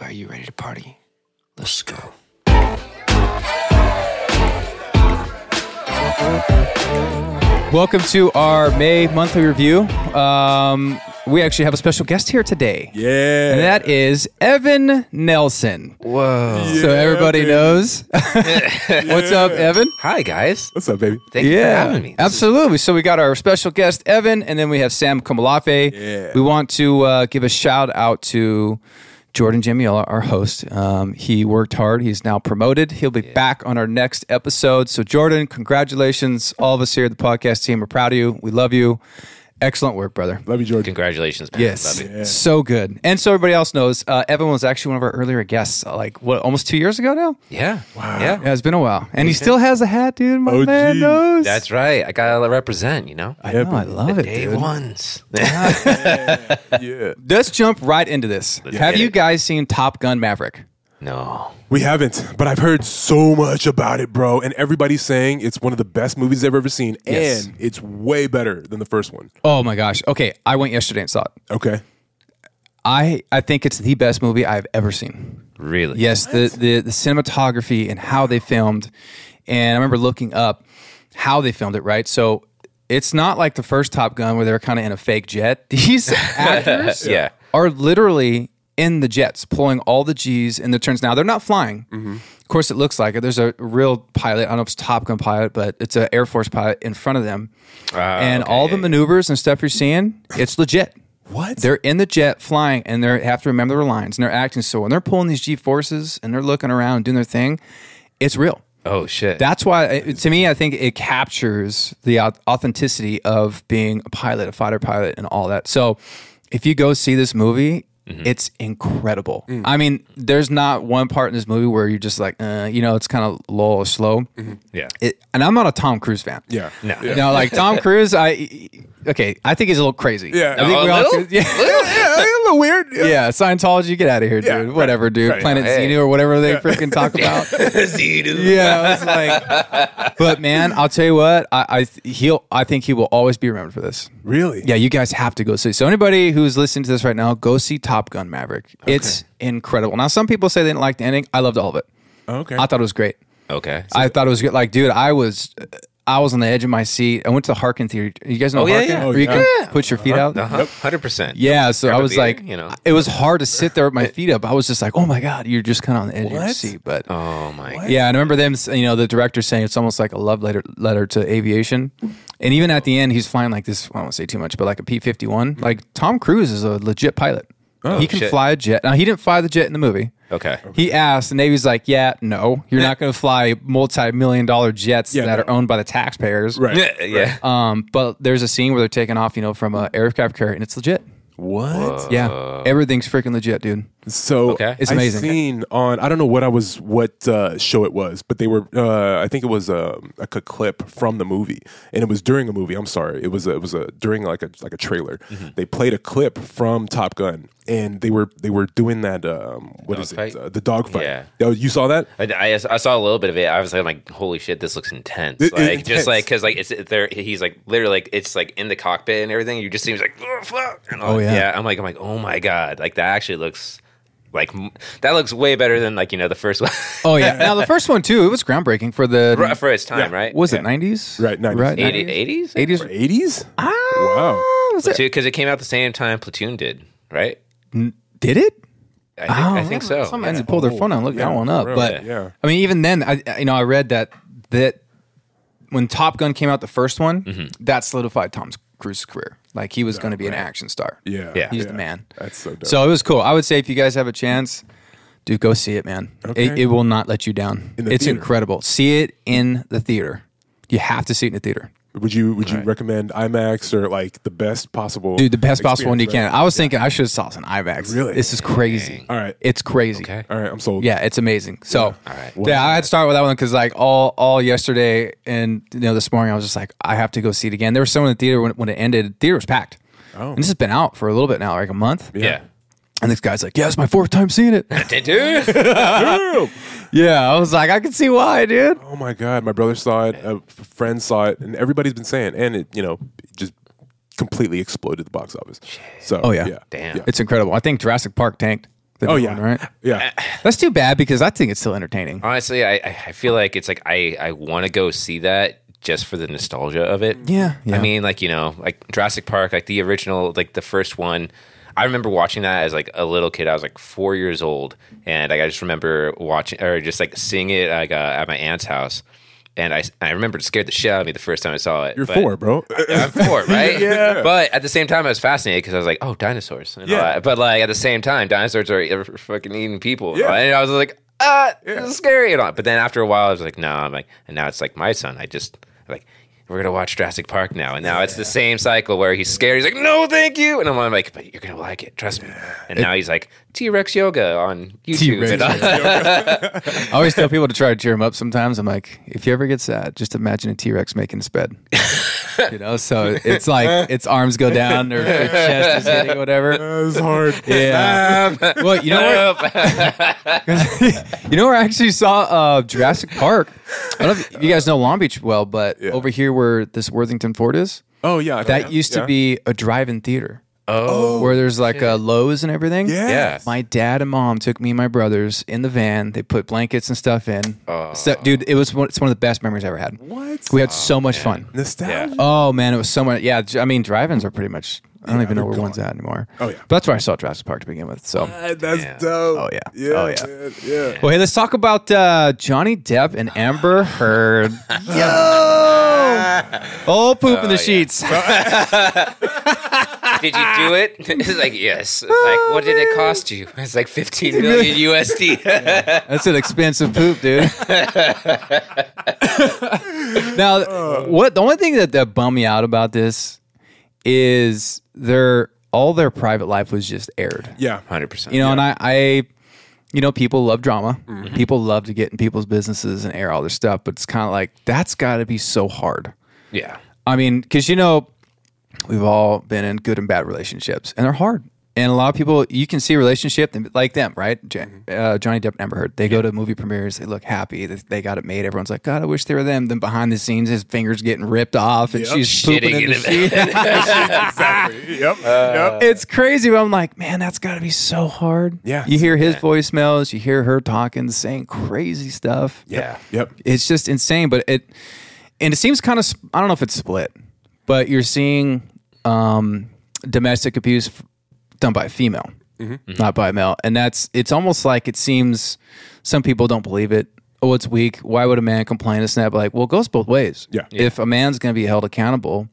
Are you ready to party? Let's go. Welcome to our May monthly review. Um, we actually have a special guest here today. Yeah. And that is Evan Nelson. Whoa. so everybody baby. knows. What's up, Evan? Hi, guys. What's up, baby? Thank you for having me. This is- absolutely. So we got our special guest Evan, and then we have Sam Kamalafe. Yeah. We want to uh, give a shout out to Jordan Jamiola, our host. Um, he worked hard. He's now promoted. He'll be back on our next episode. So Jordan, congratulations! All of us here at the podcast team are proud of you. We love you. Excellent work, brother. Love you, Jordan. Congratulations, man. Yes, Love it. so good. And so everybody else knows, uh, Evan was actually one of our earlier guests, uh, like what, almost two years ago now. Yeah. Wow. Yeah. Yeah, it's been a while, and he still has a hat, dude. My OG. man knows. That's right. I gotta represent, you know? I, know, I love it, Day dude. ones. Yeah. Let's jump right into this. Have get you it. guys seen Top Gun Maverick? no. We haven't, but I've heard so much about it, bro. And everybody's saying it's one of the best movies they've ever seen. Yes. And it's way better than the first one. Oh my gosh. Okay, I went yesterday and saw it. Okay. I, I think it's the best movie I've ever seen. Really? Yes, the, the, the cinematography and how they filmed. And I remember looking up how they filmed it, right? So it's not like the first Top Gun where they were kind of in a fake jet. These actors Yeah. are literally in the jets, pulling all the G's in the turns. Now, they're not flying. Mm-hmm. Of course, it looks like it. There's a real pilot. I don't know if it's a Top Gun pilot, but it's an Air Force pilot in front of them. Ah, and all the maneuvers and stuff you're seeing, it's legit. What? They're in the jet flying and they have to remember their lines and they're acting so when they're pulling these G forces and they're looking around and doing their thing, it's real. Oh shit. That's why, it, to me, I think it captures the au- authenticity of being a pilot, a fighter pilot, and all that. So, if you go see this movie, Mm-hmm. it's incredible. Mm. I mean, there's not one part in this movie where you're just like, uh, you know, it's kind of low or slow. yeah. It, and I'm not a Tom Cruise fan. Mm-hmm. Yeah. No. You Yeah. know, like Tom Cruise, I okay, I think he's a little crazy. Yeah. I think Oh, a little? yeah. yeah, a little weird. Yeah. Yeah, Scientology, get out of here, dude. Yeah, right, Whatever, dude. right. Planet Hey. Xenu or whatever they freaking talk about. yeah. Yeah, I was like, but man, I'll tell you what, I, I th- he'll, I think he will always be remembered for this. Really? Yeah, you guys have to go see. So anybody who's listening to this right now, go see Top Gun Maverick. It's incredible. Now, some people say they didn't like the ending. I loved all of it. Okay. I thought it was great. Okay. I thought it was good. Like, dude, I was. I was on the edge of my seat. I went to Harkin Theater. You guys know yeah, Harkin, yeah. where you Oh, can yeah. put your feet out. Uh-huh. Hundred percent. Yeah, so I a was beer, like, you know. it was hard to sit there with my feet up. I was just like, oh my god, you're just kind of on the edge of your What? seat. But Oh my god. yeah, I remember them, s- you know, the director saying it's almost like a love letter letter to aviation. And even at the end, he's flying like this. I won't say too much, but like a P fifty one. Like Tom Cruise is a legit pilot. he can Hmm. Oh, shit. fly a jet. Now he didn't fly the jet in the movie. Okay. He asked, the Navy's like, "Yeah, no, you're not going to fly multi-million dollar jets Yeah, that no. are owned by the taxpayers." Right. Yeah. yeah. Um, but there's a scene where they're taking off, you know, from an aircraft carrier, and it's legit. What? Yeah, everything's freaking legit, dude. So Okay. It's I amazing. seen on I don't know what I was what uh, show it was, but they were uh, I think it was a, a c- clip from the movie, and it was during a movie. I'm sorry, it was a, it was a during like a like a trailer. Mm-hmm. They played a clip from Top Gun, and they were they were doing that um, what is Dogfight? it uh, the dogfight? Yeah. Uh, Oh, you saw that? I, I, I saw a little bit of it. I was like, like, holy shit, this looks intense. It- it- like, intense. just like, cause like it's there. He's like, literally, like it's like in the cockpit and everything. You just seems like, oh fuck. And all- Oh, yeah. I'm like, I'm like, oh my god, like that actually looks like m- that looks way better than like you know the first one Oh yeah. now the first one too, it was groundbreaking for the Right, for its time, Yeah. right? was it 90s? Right, 90s. 80, 80s, 80s. Eighties? Wow. Ah, Was it- because it came out the same time Platoon did, right? Did it? I Oh, think, I think so. Some yeah. had to pull their phone out and look that one up. Right, But yeah. I mean, even then, I I- you know I read that that when Top Gun came out, the first one, Mm-hmm. that solidified Tom Cruise's career. Like he was going to be an action star. Yeah. Yeah. he's the man. That's so dope. So it was cool. I would say if you guys have a chance, dude, go see it, man. It, Okay. it will not let you down. the it's theater. incredible. See it in the theater. You have to see it in the theater. would you would you recommend IMAX or like the best possible? Dude, the best possible one you experience, can. I was thinking I should have saw this in IMAX. Really? This is crazy. All right. It's crazy. Okay. right? All right, I'm sold. Yeah, it's amazing. So, yeah, right. I had to start with that one because like all all yesterday and you know this morning I was just like I have to go see it again. There was someone in the theater when, when it ended. The theater was packed. Oh. And this has been out for a little bit now, like a month. yeah. And this guy's like, "Yeah, it's my fourth time seeing it." Dude, yeah, I was like, I can see why, dude. Oh my god, my brother saw it, a f- friend saw it, and everybody's been saying, and it, you know, it just completely exploded the box office. So, Oh, yeah. yeah, Damn. yeah. It's incredible. I think Jurassic Park tanked. The Oh new yeah, one, right? Yeah, That's too bad because I think it's still entertaining. Honestly, I, I I feel like it's like I, I want to go see that just for the nostalgia of it. Yeah, yeah. I mean, like, you know, like Jurassic Park, like the original, like the first one. I remember watching that as like a little kid. I was like four years old. And like, I just remember watching or just like seeing it like uh, at my aunt's house. And I, I remember it scared the shit out of me the first time I saw it. you're but- four, bro. I'm four, right? Yeah. But at the same time, I was fascinated because I was like, oh, dinosaurs. And all Yeah. that. But like at the same time, dinosaurs are ever fucking eating people. Yeah. And I was like, ah, this is scary. And all. But then after a while, I was like, no, I'm like, and now it's like my son. I just like. We're gonna watch Jurassic Park now, and now it's the same cycle where he's scared. He's like, "No, thank you," and I'm like, "But you're gonna like it, trust me." And now he's like, "T Rex yoga on YouTube." T-Rex And I- I always tell people to try to cheer them up. Sometimes I'm like, if you ever get sad, just imagine a T Rex making his bed. you know, so it's like its arms go down or its chest is hitting whatever. That's hard. Yeah. well, you know what? you know where I actually saw uh, Jurassic Park. I don't know if you guys know Long Beach well, but Yeah. over here where this Worthington Ford is, Oh yeah, I that know. used to Yeah. be a drive-in theater. Oh, where there's like uh, Lowe's and everything. Yeah. yeah, My dad and mom took me and my brothers in the van. They put blankets and stuff in. Oh. So, dude, it was one, it's one of the best memories I ever had. What? We had so much fun. nostalgia. Oh man, it was so much. Yeah, j- I mean, drive-ins are pretty much. I don't even know they're where gone. one's at anymore. Oh, yeah. but that's where I saw Jurassic Park to begin with. So, Ah, That's Yeah. dope. Oh, yeah. Yeah. Oh, yeah. man. yeah. well, hey, let's talk about uh, Johnny Depp and Amber Heard. Oh, poop in the sheets. Did you do it? It's like, yes. It's like, what did it cost you? It's like 15 million USD. That's an expensive poop, dude. now, Oh. what the only thing that, that bummed me out about this is their all their private life was just aired. Yeah. 100%. You know, and I, I, you know, people love drama. People love to get in people's businesses and air all their stuff, but it's kind of like that's got to be so hard. yeah. I mean, because you know, we've all been in good and bad relationships, and they're hard. And a lot of people, you can see a relationship and- like them, right? Jan, uh, Johnny Depp and Amber Heard. They go to movie premieres. They look happy. They, they got it made. Everyone's like, God, I wish they were them. Then behind the scenes, his fingers getting ripped off, and Yep. she's pooping Shitting in the in sheet. exactly. Yep. Uh, yep. it's crazy. But I'm like, man, that's got to be so hard. Yeah. You hear his voicemails. You hear her talking, saying crazy stuff Yeah. Yep. it's just insane but it and it seems kind of i don't know if it's split but you're seeing um domestic abuse f- done by a female not by a male and that's it's almost like it seems some people don't believe it oh it's weak why would a man complain it's not like well it goes both ways Yeah. if a man's going to be held accountable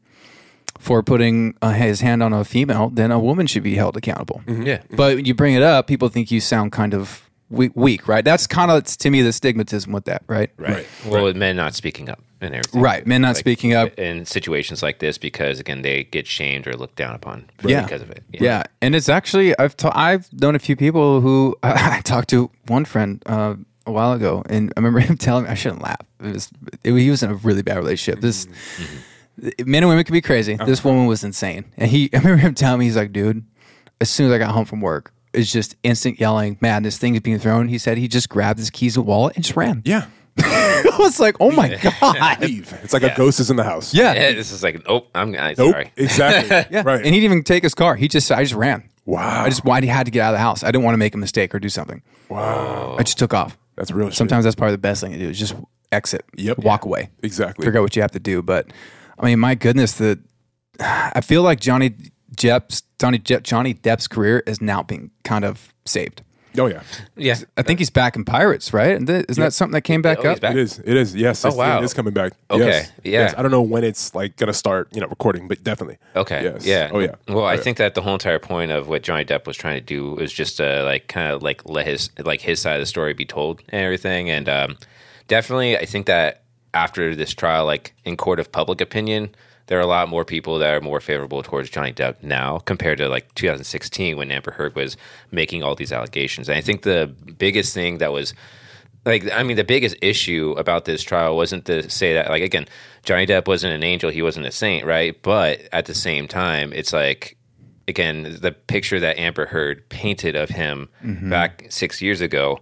for putting uh, his hand on a female then a woman should be held accountable Yeah. but when you bring it up, people think you sound kind of weak, weak right? That's kind of to me the stigmatism with that, right? Right. Right. Well, with men not speaking up and everything. Men not speaking up. In situations like this, because again, they get shamed or looked down upon Yeah. because of it. Yeah. and it's actually I've ta- I've known a few people who I talked to one friend uh, a while ago, and I remember him telling me I shouldn't laugh. It was it, he was in a really bad relationship. This Mm-hmm, men and women can be crazy. This woman was insane, and he I remember him telling me he's like, dude, as soon as I got home from work. It's just instant yelling, madness, things being thrown. He said he just grabbed his keys and wallet and just ran. Yeah. I was like, oh my god. Leave. It's like a ghost is in the house. Yeah. Yeah, This is like, oh, I'm I'm Nope. sorry. Exactly. Yeah. Right. And he didn't even take his car. He just I just ran. wow. I just why he had to get out of the house. I didn't want to make a mistake or do something. Wow. I just took off. That's real. shit. Sometimes that's probably the best thing to do is just exit. Yep. Walk away. Exactly. Figure out what you have to do. But I mean, my goodness, the I feel like Johnny Depp's Johnny Depp, Johnny Depp's career is now being kind of saved. Oh yeah. Yeah. I think he's back in Pirates, right? And th- Isn't that something that came back Oh, he's up? back. It is. It is. Yes. it's- Oh, wow. It is coming back. Okay, Yes. yeah. Yes. I don't know when it's like gonna start. You know, recording, but definitely. Okay. Yes. Yeah. Oh yeah. Well, I think that the whole entire point of what Johnny Depp was trying to do was just to like kind of like let his like his side of the story be told and everything, and um, definitely I think that after this trial, like in court of public opinion, there are a lot more people that are more favorable towards Johnny Depp now compared to like 2016 when Amber Heard was making all these allegations, and I think the biggest thing that was like I mean, the biggest issue about this trial wasn't to say that like again, Johnny Depp wasn't an angel, he wasn't a saint, right? But at the same time, it's like again the picture that Amber Heard painted of him back six years ago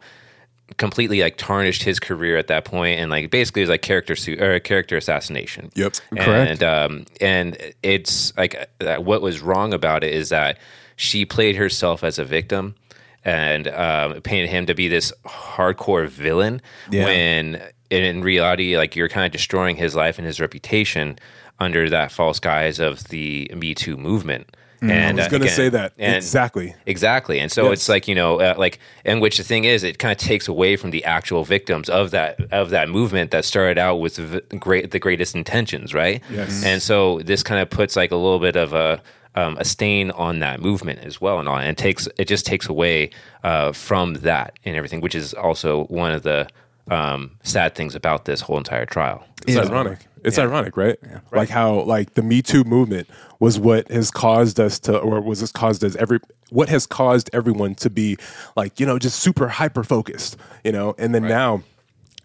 completely like tarnished his career at that point and like basically it was like character su- or character assassination Yep. and um, and it's like uh, what was wrong about it is that she played herself as a victim and um, painted him to be this hardcore villain when in reality, like you're kind of destroying his life and his reputation under that false guise of the Me Too movement. and Mm, I was uh, going to again- say that and- exactly. Exactly. And so it's like, you know, uh, like, and which the thing is, it kind of takes away from the actual victims of that, of that movement that started out with the v- great, the greatest intentions. Right. Yes. And so this kind of puts like a little bit of a, um, a stain on that movement as well and all, and takes, it just takes away, uh, from that and everything, which is also one of the, um, sad things about this whole entire trial. It's ironic. It's ironic, right? Like how like the Me Too movement was what has caused us to, or was has caused us every what has caused everyone to be like you know just super hyper focused, you know, and then now.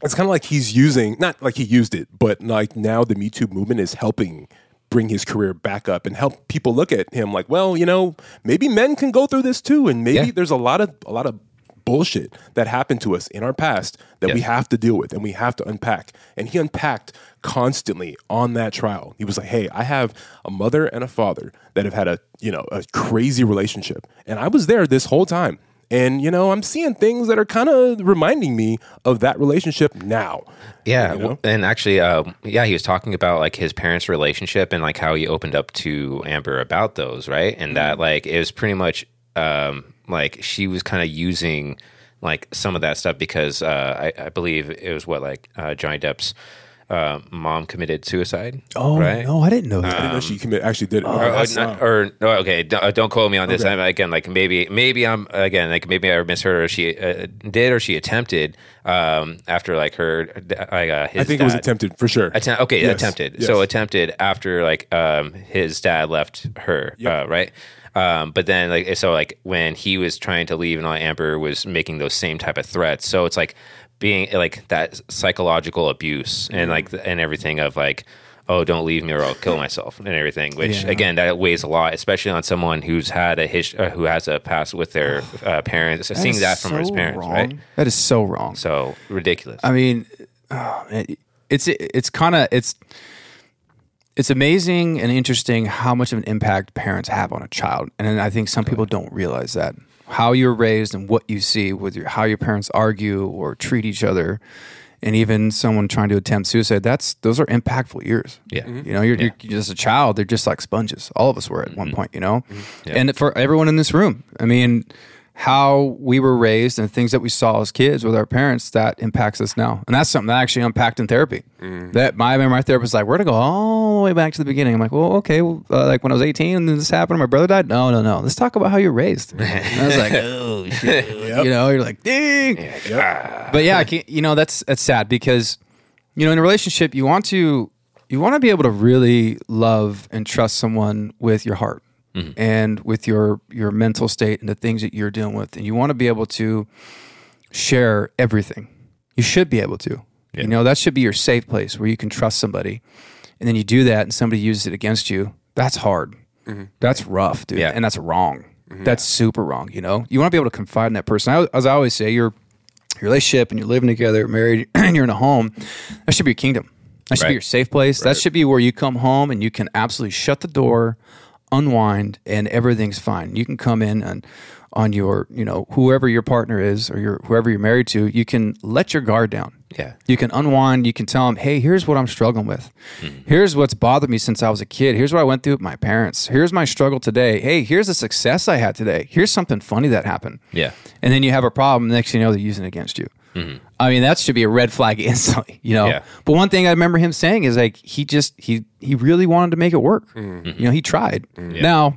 It's kind of like he's using not like he used it, but like now the Me Too movement is helping bring his career back up and help people look at him like, well, you know, maybe men can go through this too, and maybe Yeah. there's a lot of a lot of bullshit that happened to us in our past that we Yeah. have to deal with and we have to unpack. And he unpacked constantly on that trial. He was like, "Hey, I have a mother and a father that have had a, you know, a crazy relationship, and I was there this whole time." And you know, I'm seeing things that are kind of reminding me of that relationship now. Yeah, You w- know? and actually, um, yeah, he was talking about like his parents' relationship and like how he opened up to Amber about those, right? And that Mm-hmm. like it was pretty much um, like she was kind of using like some of that stuff because uh, I, I believe it was what like uh, Johnny Depp's uh, mom committed suicide. Oh right? no, I didn't know I that. didn't know Um, she commit, actually did it. Or, or, oh, not- or- no, okay, don't, uh, don't quote me on this. I'm, again, like maybe, maybe I'm again, like maybe I misheard, or she uh, did, or she attempted um, after like her. Like, uh, his I think it was dad- attempted for sure. Attempt, okay, Yes, attempted. yes. So attempted after like um, his dad left her, uh, right? Um, but then like so like when he was trying to leave and all, Amber was making those same type of threats. So it's like being like that psychological abuse and like th- and everything of like oh don't leave me or I'll kill myself and everything. Which again that weighs a lot, especially on someone who's had a his- uh, who has a past with their uh, parents. seeing is that from his so parents, wrong. Uh, right? That is so wrong. So ridiculous. I mean, oh, man, it's it's kind of it's it's amazing and interesting how much of an impact parents have on a child, and I think some people don't realize that how you're raised and what you see with your how your parents argue or treat each other. And even someone trying to attempt suicide, that's those are impactful years. Yeah. Mm-hmm. Mhm. You know, you're, you're just a child. They're just like sponges. All of us were at one point, you know? And for everyone in this room, I mean, how we were raised and things that we saw as kids with our parents that impacts us now. And that's something that I actually unpacked in therapy. That my, I remember my therapist was like, we're going to go all the way back to the beginning. I'm like, well, okay. Well, uh, like when I was 18 and then this happened, my brother died. No, no, no. Let's talk about how you're raised. And I was like, oh, shit. You know, you're like, ding but yeah, I can't, you know that's that's sad because you know in a relationship you want to you want to be able to really love and trust someone with your heart and with your your mental state and the things that you're dealing with, and you want to be able to share everything. You should be able to. You know that should be your safe place where you can trust somebody, and then you do that, and somebody uses it against you. That's hard. That's rough, dude, Yeah. and that's wrong. That's super wrong. You know, you want to be able to confide in that person. I, as I always say, you're your relationship and you're living together, married, and you're in a home, that should be your kingdom. That should Right. be your safe place. That should be where you come home and you can absolutely shut the door, unwind, and everything's fine. You can come in and on your, you know, whoever your partner is or your whoever you're married to, you can let your guard down. Yeah. You can unwind. You can tell them, hey, here's what I'm struggling with. Mm-hmm. Here's what's bothered me since I was a kid. Here's what I went through with my parents. Here's my struggle today. Hey, here's a success I had today. Here's something funny that happened yeah. and then you have a problem. Next, thing you know, they're using it against you. I mean, that should be a red flag instantly, you know. Mm-hmm. Yeah. But one thing I remember him saying is like he just he he really wanted to make it work. Mm-hmm. You know, he tried. Now,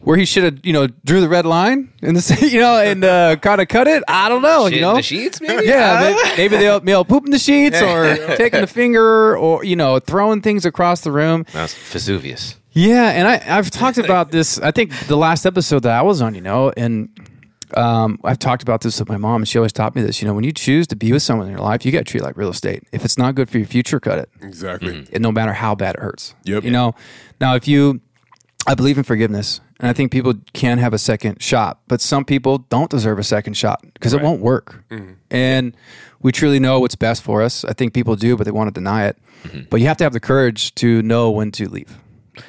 where he should have you know drew the red line and this you know and uh, kind of cut it, I don't know. Shit oh, you in know, the sheets, maybe? I yeah, don't may- maybe they'll, they'll poop in the sheets or taking the finger or you know throwing things across the room. That's Vesuvius. Yeah, and I, I've talked about this. I think the last episode that I was on, you know, and um, I've talked about this with my mom, and she always taught me this. You know, when you choose to be with someone in your life, you got to treat it like real estate. If it's not good for your future, cut it exactly. Mm-hmm. and no matter how bad it hurts. Yep. You know, now if you, I believe in forgiveness, and I think people can have a second shot, but some people don't deserve a second shot because it won't work. And we truly know what's best for us. I think people do, but they want to deny it. But you have to have the courage to know when to leave,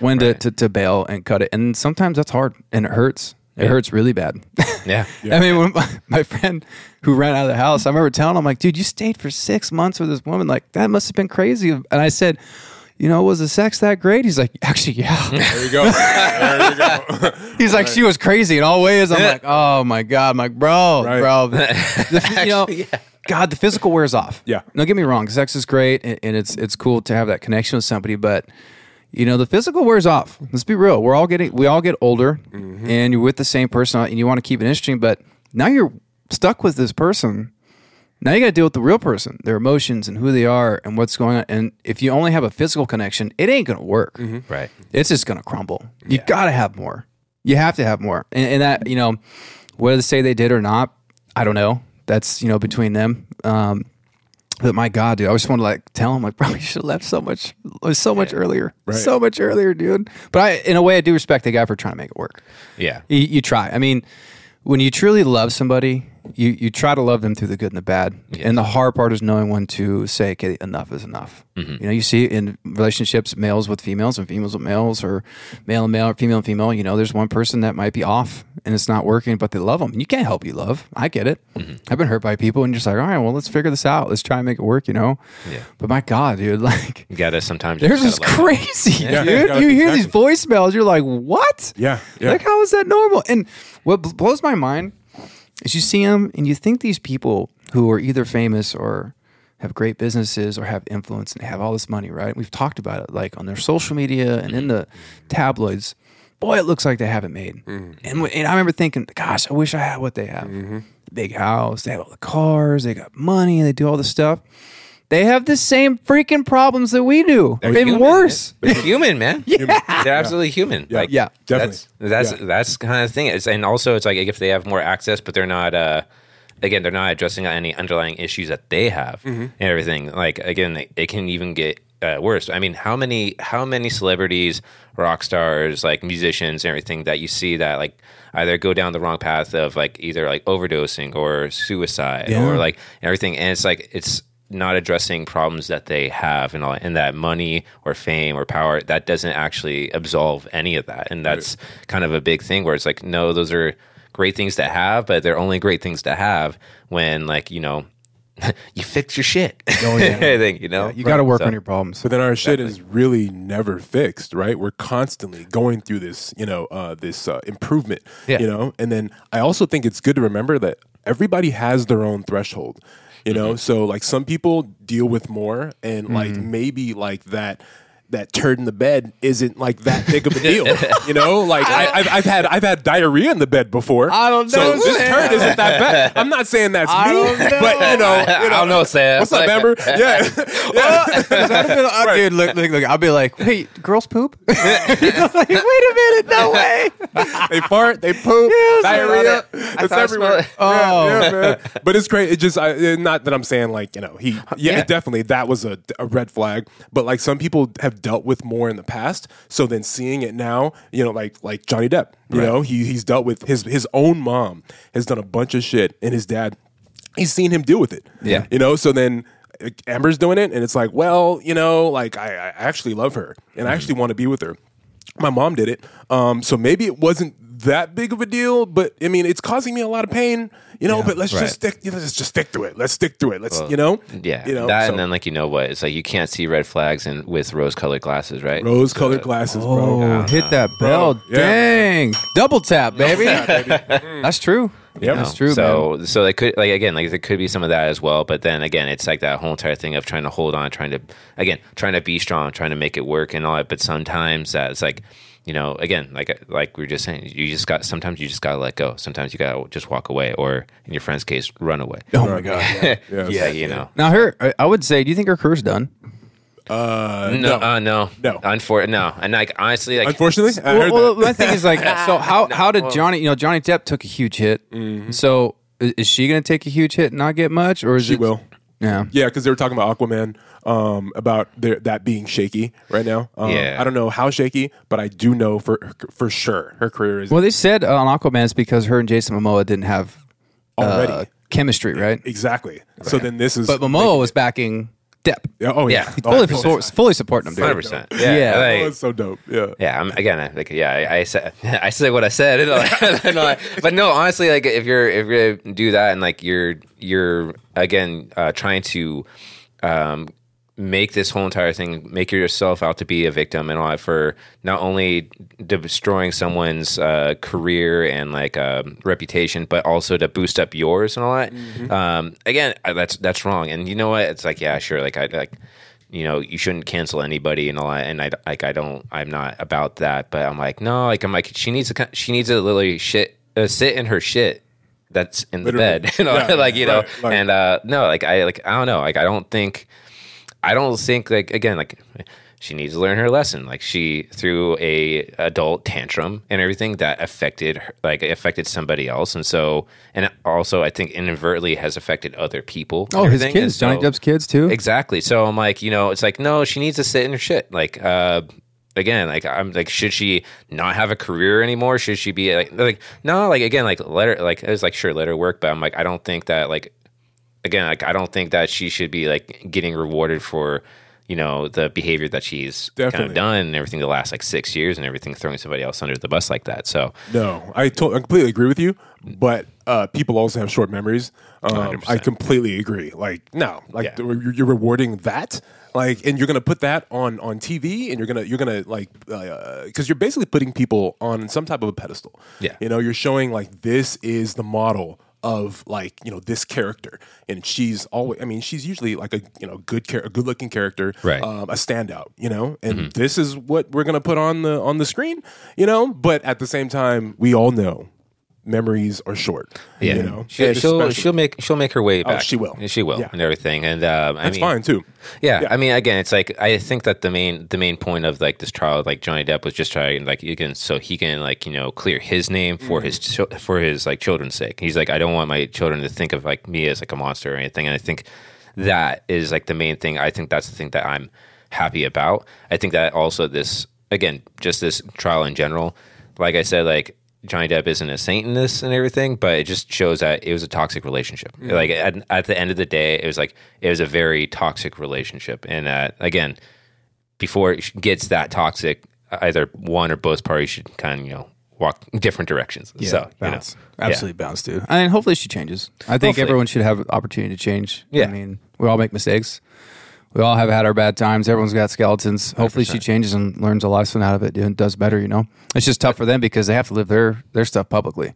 when to, to, to bail and cut it. And sometimes that's hard and it hurts. It hurts really bad. Yeah. I mean, when my, my friend who ran out of the house, I remember telling him, like, dude, you stayed for six months with this woman. Like, that must have been crazy. And I said, you know, was the sex that great? He's like, actually, yeah. There you go. there you go. He's like, she was crazy in all ways. I'm like, oh my God. I'm like, bro, Right. bro. The- you know, God, the physical wears off. Yeah. Don't get me wrong. Sex is great and, and it's, it's cool to have that connection with somebody, but. You know the physical wears off. Let's be real. We're all getting, we all get older, Mm-hmm. and you're with the same person, and you want to keep it interesting. But now you're stuck with this person now you got to deal with the real person, their emotions and who they are and what's going on. And if you only have a physical connection, it ain't going to work. Mm-hmm. Right. It's just going to crumble. You got to have more. You have to have more. And, and that, you know, whether they say they did or not, I don't know. That's, you know, between them. Um, but my God, dude, I just want to like tell him, like, bro, you should have left so much, so much earlier, so much earlier, dude. But I, in a way, I do respect the guy for trying to make it work Yeah. you, you try. I mean, when you truly love somebody, you, you try to love them through the good and the bad. And the hard part is knowing when to say, okay, enough is enough. You know, you see in relationships, males with females and females with males, or male and male, or female and female, you know, there's one person that might be off and it's not working, but they love them. You can't help you love. I get it. I've been hurt by people and you're just like, all right, well, let's figure this out. Let's try and make it work, you know? Yeah. But my God, dude, like, You gotta sometimes. you there's just just gotta let crazy, Yeah, dude. yeah, you hear exactly. these voicemails, you're like, what? Yeah, yeah. Like, how is that normal? And what bl- blows my mind is you see them and you think these people who are either famous or have great businesses or have influence and have all this money, right? We've talked about it, like on their social media and in the tabloids. Boy, it looks like they have it made. And, w- and I remember thinking, gosh, I wish I had what they have. Big house, they have all the cars, they got money, they do all this stuff. They have the same freaking problems that we do, maybe human, worse. man. They're human, man. Yeah. They're absolutely human. Like, Yeah. Definitely. That's that's, Yeah. that's the kind of thing. It's, and also, it's like if they have more access, but they're not. Uh, again, they're not addressing any underlying issues that they have Mm-hmm. and everything. Like again, it, it can even get uh, worse. I mean, how many how many celebrities, rock stars, like musicians, and everything that you see that like either go down the wrong path of like either like overdosing or suicide or like everything, and it's like it's not addressing problems that they have and all and that money or fame or power that doesn't actually absolve any of that and that's kind of a big thing where it's like no those are great things to have but they're only great things to have when like you know you fix your shit oh, yeah. you know You got to work on your problems. But then our shit is really never fixed, right? We're constantly going through this, you know, uh, this uh, improvement, Yeah. you know. And then I also think it's good to remember that everybody has their own threshold, you Mm-hmm. know. So like some people deal with more, and like maybe like that. That turd in the bed isn't like that big of a deal, you know. Like I, I've, I've had I've had diarrhea in the bed before. I don't So know, this man. turd isn't that bad. I'm not saying that's me, don't know. but you know, you I don't know, Sam. What's up, Amber? Yeah, yeah. Right. Dude, look, look, look. I'll be like, wait, girls poop? like, wait a minute, no way. they fart, they poop, Yes, I diarrhea. saw that. I It's saw it smell everywhere. it. Oh. Yeah, yeah, man. But it's crazy. It just I, eh, not that I'm saying like you know he yeah, Yeah. definitely that was a, a red flag. But like some people have dealt with more in the past, so then seeing it now, you know, like like Johnny Depp, you know, he he's dealt with his his own mom has done a bunch of shit, and his dad, he's seen him deal with it. Yeah. you know, so then. eh, Amber's doing it, and it's like, well, you know, like I, I actually love her, and Mm-hmm. I actually want to be with her my mom did it. Um, so maybe it wasn't that big of a deal, but I mean, it's causing me a lot of pain, you know. but let's right. just stick. You know, let's just stick to it. Let's stick to it. Let's, you know, yeah you know. that so- and then like you know what it's like you can't see red flags and with rose colored glasses right rose-colored glasses, bro. Oh, hit that bell. Yeah. Dang. Double tap, baby. That's true. Yep. That's true, man. So, so they could like again, like there could be some of that as well. But then again, it's like that whole entire thing of trying to hold on, trying to again, trying to be strong, trying to make it work and all that. But sometimes that's like, you know, again, like like we were just saying, you just got sometimes you just gotta let go. Sometimes you gotta just walk away, or in your friend's case, run away. Oh, my God. yeah, Yeah, you know. Now, her, I- I would say, do you think her career's done? No, uh, no, No. Unfor- no, and like honestly, like Unfortunately, I well, heard well, that. my thing is like, so how how did Johnny? You know, Johnny Depp took a huge hit. Mm-hmm. So i- is she going to take a huge hit and not get much, or is She it, will. Yeah. Yeah, because they were talking about Aquaman, um, about their, that being shaky right now. Um, Yeah. I don't know how shaky, but I do know for for sure her career is Well, they said uh, on Aquaman it's because her and Jason Momoa didn't have uh, already chemistry, right? exactly. So then this is But Momoa was backing Depp. Yeah, oh yeah, Yeah. Oh, Fully, of course. support, fully supporting him, dude. Hundred percent. Yeah. Yeah. like- Oh, it's so dope. Yeah. yeah, I'm again. I- Like, yeah, I, I said, I said what I said, and I- and I- but no, honestly, like if you're if you're gonna do that and like you're you're again uh, trying to um, make this whole entire thing make yourself out to be a victim and all that for not only destroying someone's uh, career and like um, reputation, but also to boost up yours and all that. Mm-hmm. Um, again, I- that's that's wrong. And you know what? It's like yeah, sure. Like I like you know you shouldn't cancel anybody and all that and i like i don't i'm not about that but i'm like no like i'm like she needs to co- she needs to literally shit uh, sit in her shit that's in the Literally. bed you know Yeah, like you know right, right. and uh no like i like i don't know like i don't think i don't think like again like she needs to learn her lesson like she threw a adult tantrum and everything that affected her, like affected somebody else and so and also i think inadvertently has affected other people and Oh, his everything. And kids, Johnny so- Depp's kids too. Exactly. So I'm like, you know, it's like, no, she needs to sit in her shit. Like, uh, again, like I'm like, should she not have a career anymore? Should she be like, like, no, like again, like let her, like it's like sure, let her work, but I'm like, I don't think that like, again, like I don't think that she should be like getting rewarded for. You know the behavior that she's kind Definitely. of done, and everything the last like six years, and everything throwing somebody else under the bus like that. So No, I to- I completely agree with you, but uh, people also have short memories. Um, I completely agree. Like no, like Yeah. the- you're you're rewarding that, like, and you're gonna put that on on TV, and you're gonna you're gonna like because you're basically putting people on some type of a pedestal. Yeah. you know, you're showing like this is the model of like you know this character, and she's always. I mean, she's usually like a you know good char- a good looking character, Right. Mm-hmm. um, a standout, you know, and this is what we're gonna put on the on the screen, you know. But at the same time, we all know memories are short. yeah, you know, she, she'll Especially- she'll make she'll make her way back. she will. She will, Yeah. and everything. And um, I it's mean, fine too. Yeah, I mean, again, it's like I think that the main the main point of like this trial, like Johnny Depp was just trying, like you can so he can like you know clear his name for his his chil- for his like children's sake. He's like, I don't want my children to think of like me as like a monster or anything. And I think that is like the main thing. I think that's the thing that I'm happy about. I think that also this again, just this trial in general. Like I said, like Johnny Depp isn't a saint in this and everything, but it just shows that it was a toxic relationship. Like at, at the end of the day, it was like it was a very toxic relationship. And uh, again, before it gets that toxic, either one or both parties should kind of you know walk different directions. so you know, bounce. Absolutely bounce, dude. I mean, hopefully she changes. I think Hopefully. everyone should have an opportunity to change. Yeah. I mean, we all make mistakes. We all have had our bad times. Everyone's got skeletons. Hopefully she changes and learns a lesson out of it dude, and does better, you know? It's just tough for them because they have to live their, their stuff publicly.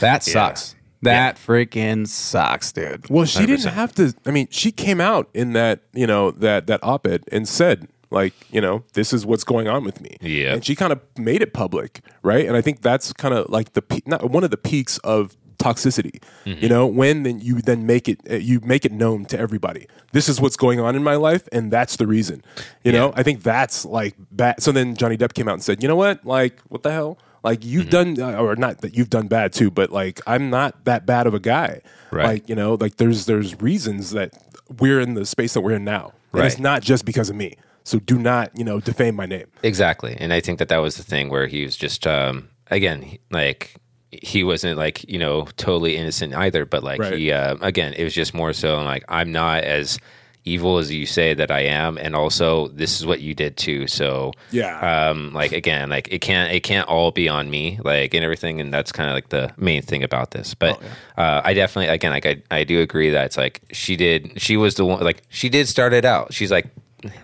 That sucks. That freaking sucks, dude. Well, she didn't have to. I mean, she came out in that you know that that op-ed and said like you know this is what's going on with me. Yeah. and she kind of made it public, right? And I think that's kind of like the pe- not one of the peaks of toxicity. Mm-hmm. You know, when then you then make it uh, you make it known to everybody. This is what's going on in my life, and that's the reason. You know, I think that's like bad. So then Johnny Depp came out and said, you know what, like what the hell. Like you've Mm-hmm. done, uh, or not that you've done bad too, but like I'm not that bad of a guy. Right. Like you know, like there's there's reasons that we're in the space that we're in now. And it's Right. not just because of me. So do not, you know, defame my name. Exactly, and I think that that was the thing where he was just um, again he- like he wasn't like you know totally innocent either, but like Right. he uh, again it was just more so like I'm not as evil as you say that I am, and also this is what you did too. So Yeah. um, like again, like it can't it can't all be on me, like and everything, and that's kind of like the main thing about this. But uh, I definitely again like I I do agree that it's like she did she was the one like she did start it out. She's like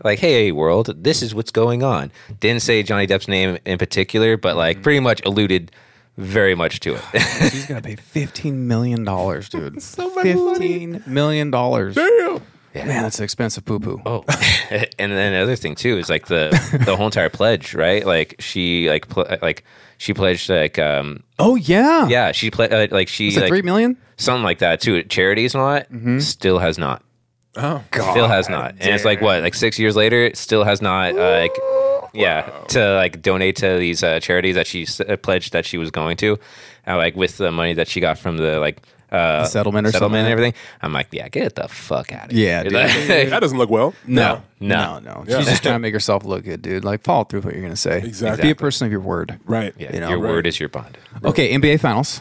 like hey world this is what's going on didn't say johnny depp's name in particular but like pretty much alluded very much to it She's going to pay $15 million, dude. $15 million. Man, that's an expensive poo poo. Oh, and then another thing too is like the the whole entire pledge, right? Like she like pl- like she pledged like um Oh, yeah. yeah she ple- uh, like she Is it like $3 million? something like that too. Charities and all that Mm-hmm. still has not. Oh, still has not, and it's like what like six years later, it still has not uh, like yeah to like donate to these uh, charities that she s- uh, pledged that she was going to, uh, like with the money that she got from the like. Uh, settlement or something. settlement and everything. I'm like, yeah, get the fuck out of Yeah, here. dude. that doesn't look well. No, no, no. no. She's just trying to make herself look good, dude. Like follow through with what you're gonna say. Exactly. Be a person of your word. Right. Yeah, You know, your right. word is your bond. Okay, NBA Finals.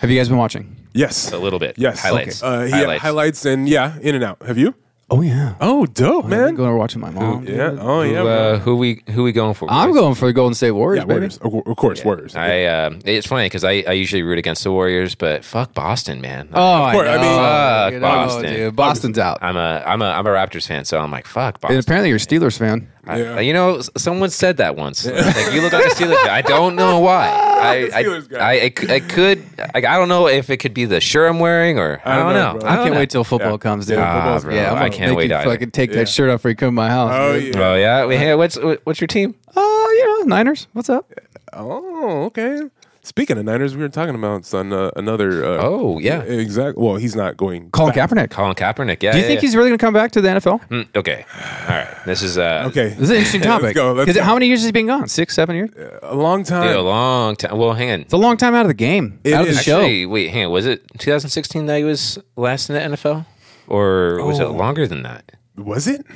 Have you guys been watching? Yes. A little bit. Yes. Highlights. Uh, he highlights. highlights. highlights and yeah, in and out. Have you? Oh yeah. Oh, dope, I'm man. going to watch it with my mom. dude. Yeah. Oh, yeah. Who, man. uh, who we who we going for? I'm boys? going for the Golden State Warriors, yeah, baby. Warriors. Of of course, Warriors. I um, it's funny because I, I usually root against the Warriors, but fuck Boston, man. Oh, I, course, I know. mean- Fuck You know, Boston. dude. Boston's out. I'm a I'm a I'm a Raptors fan, so I'm like fuck And Boston. apparently, you're a Steelers fan. I- Yeah. you know, s- someone said that once. Like, you look like a Steelers guy. I don't know why. I I, Steelers guy. I, it c- it could. Like, I don't know if it could be the shirt I'm wearing or I don't, know. bro. I I, don't can't know. wait till football Yeah. comes, dude. Yeah, Ah, football's bro, I gonna can't make wait You either. fucking take Yeah. that shirt off before you come to my house. oh, dude. yeah. Oh yeah. Wait, hey, what's what's your team? Oh, you know, Niners. What's up? Oh, okay. Speaking of Niners, we were talking about on uh, another. Uh, Oh, yeah. Exactly. Well, he's not going. Colin Kaepernick. Colin Kaepernick. Yeah. Do you yeah, think yeah. he's really going to come back to the NFL? Mm, okay? All right. This is uh Okay. This is an interesting Let's topic. go, let's 'Cause go. how many years has he been gone? Six, seven years? It's A long time. dude, a long time. Well, hang on. a long time out of the game, It out of the is. show. Actually, wait, hang on. Was it 2016 that he was last in the NFL, or was it Oh. longer than that? Was it?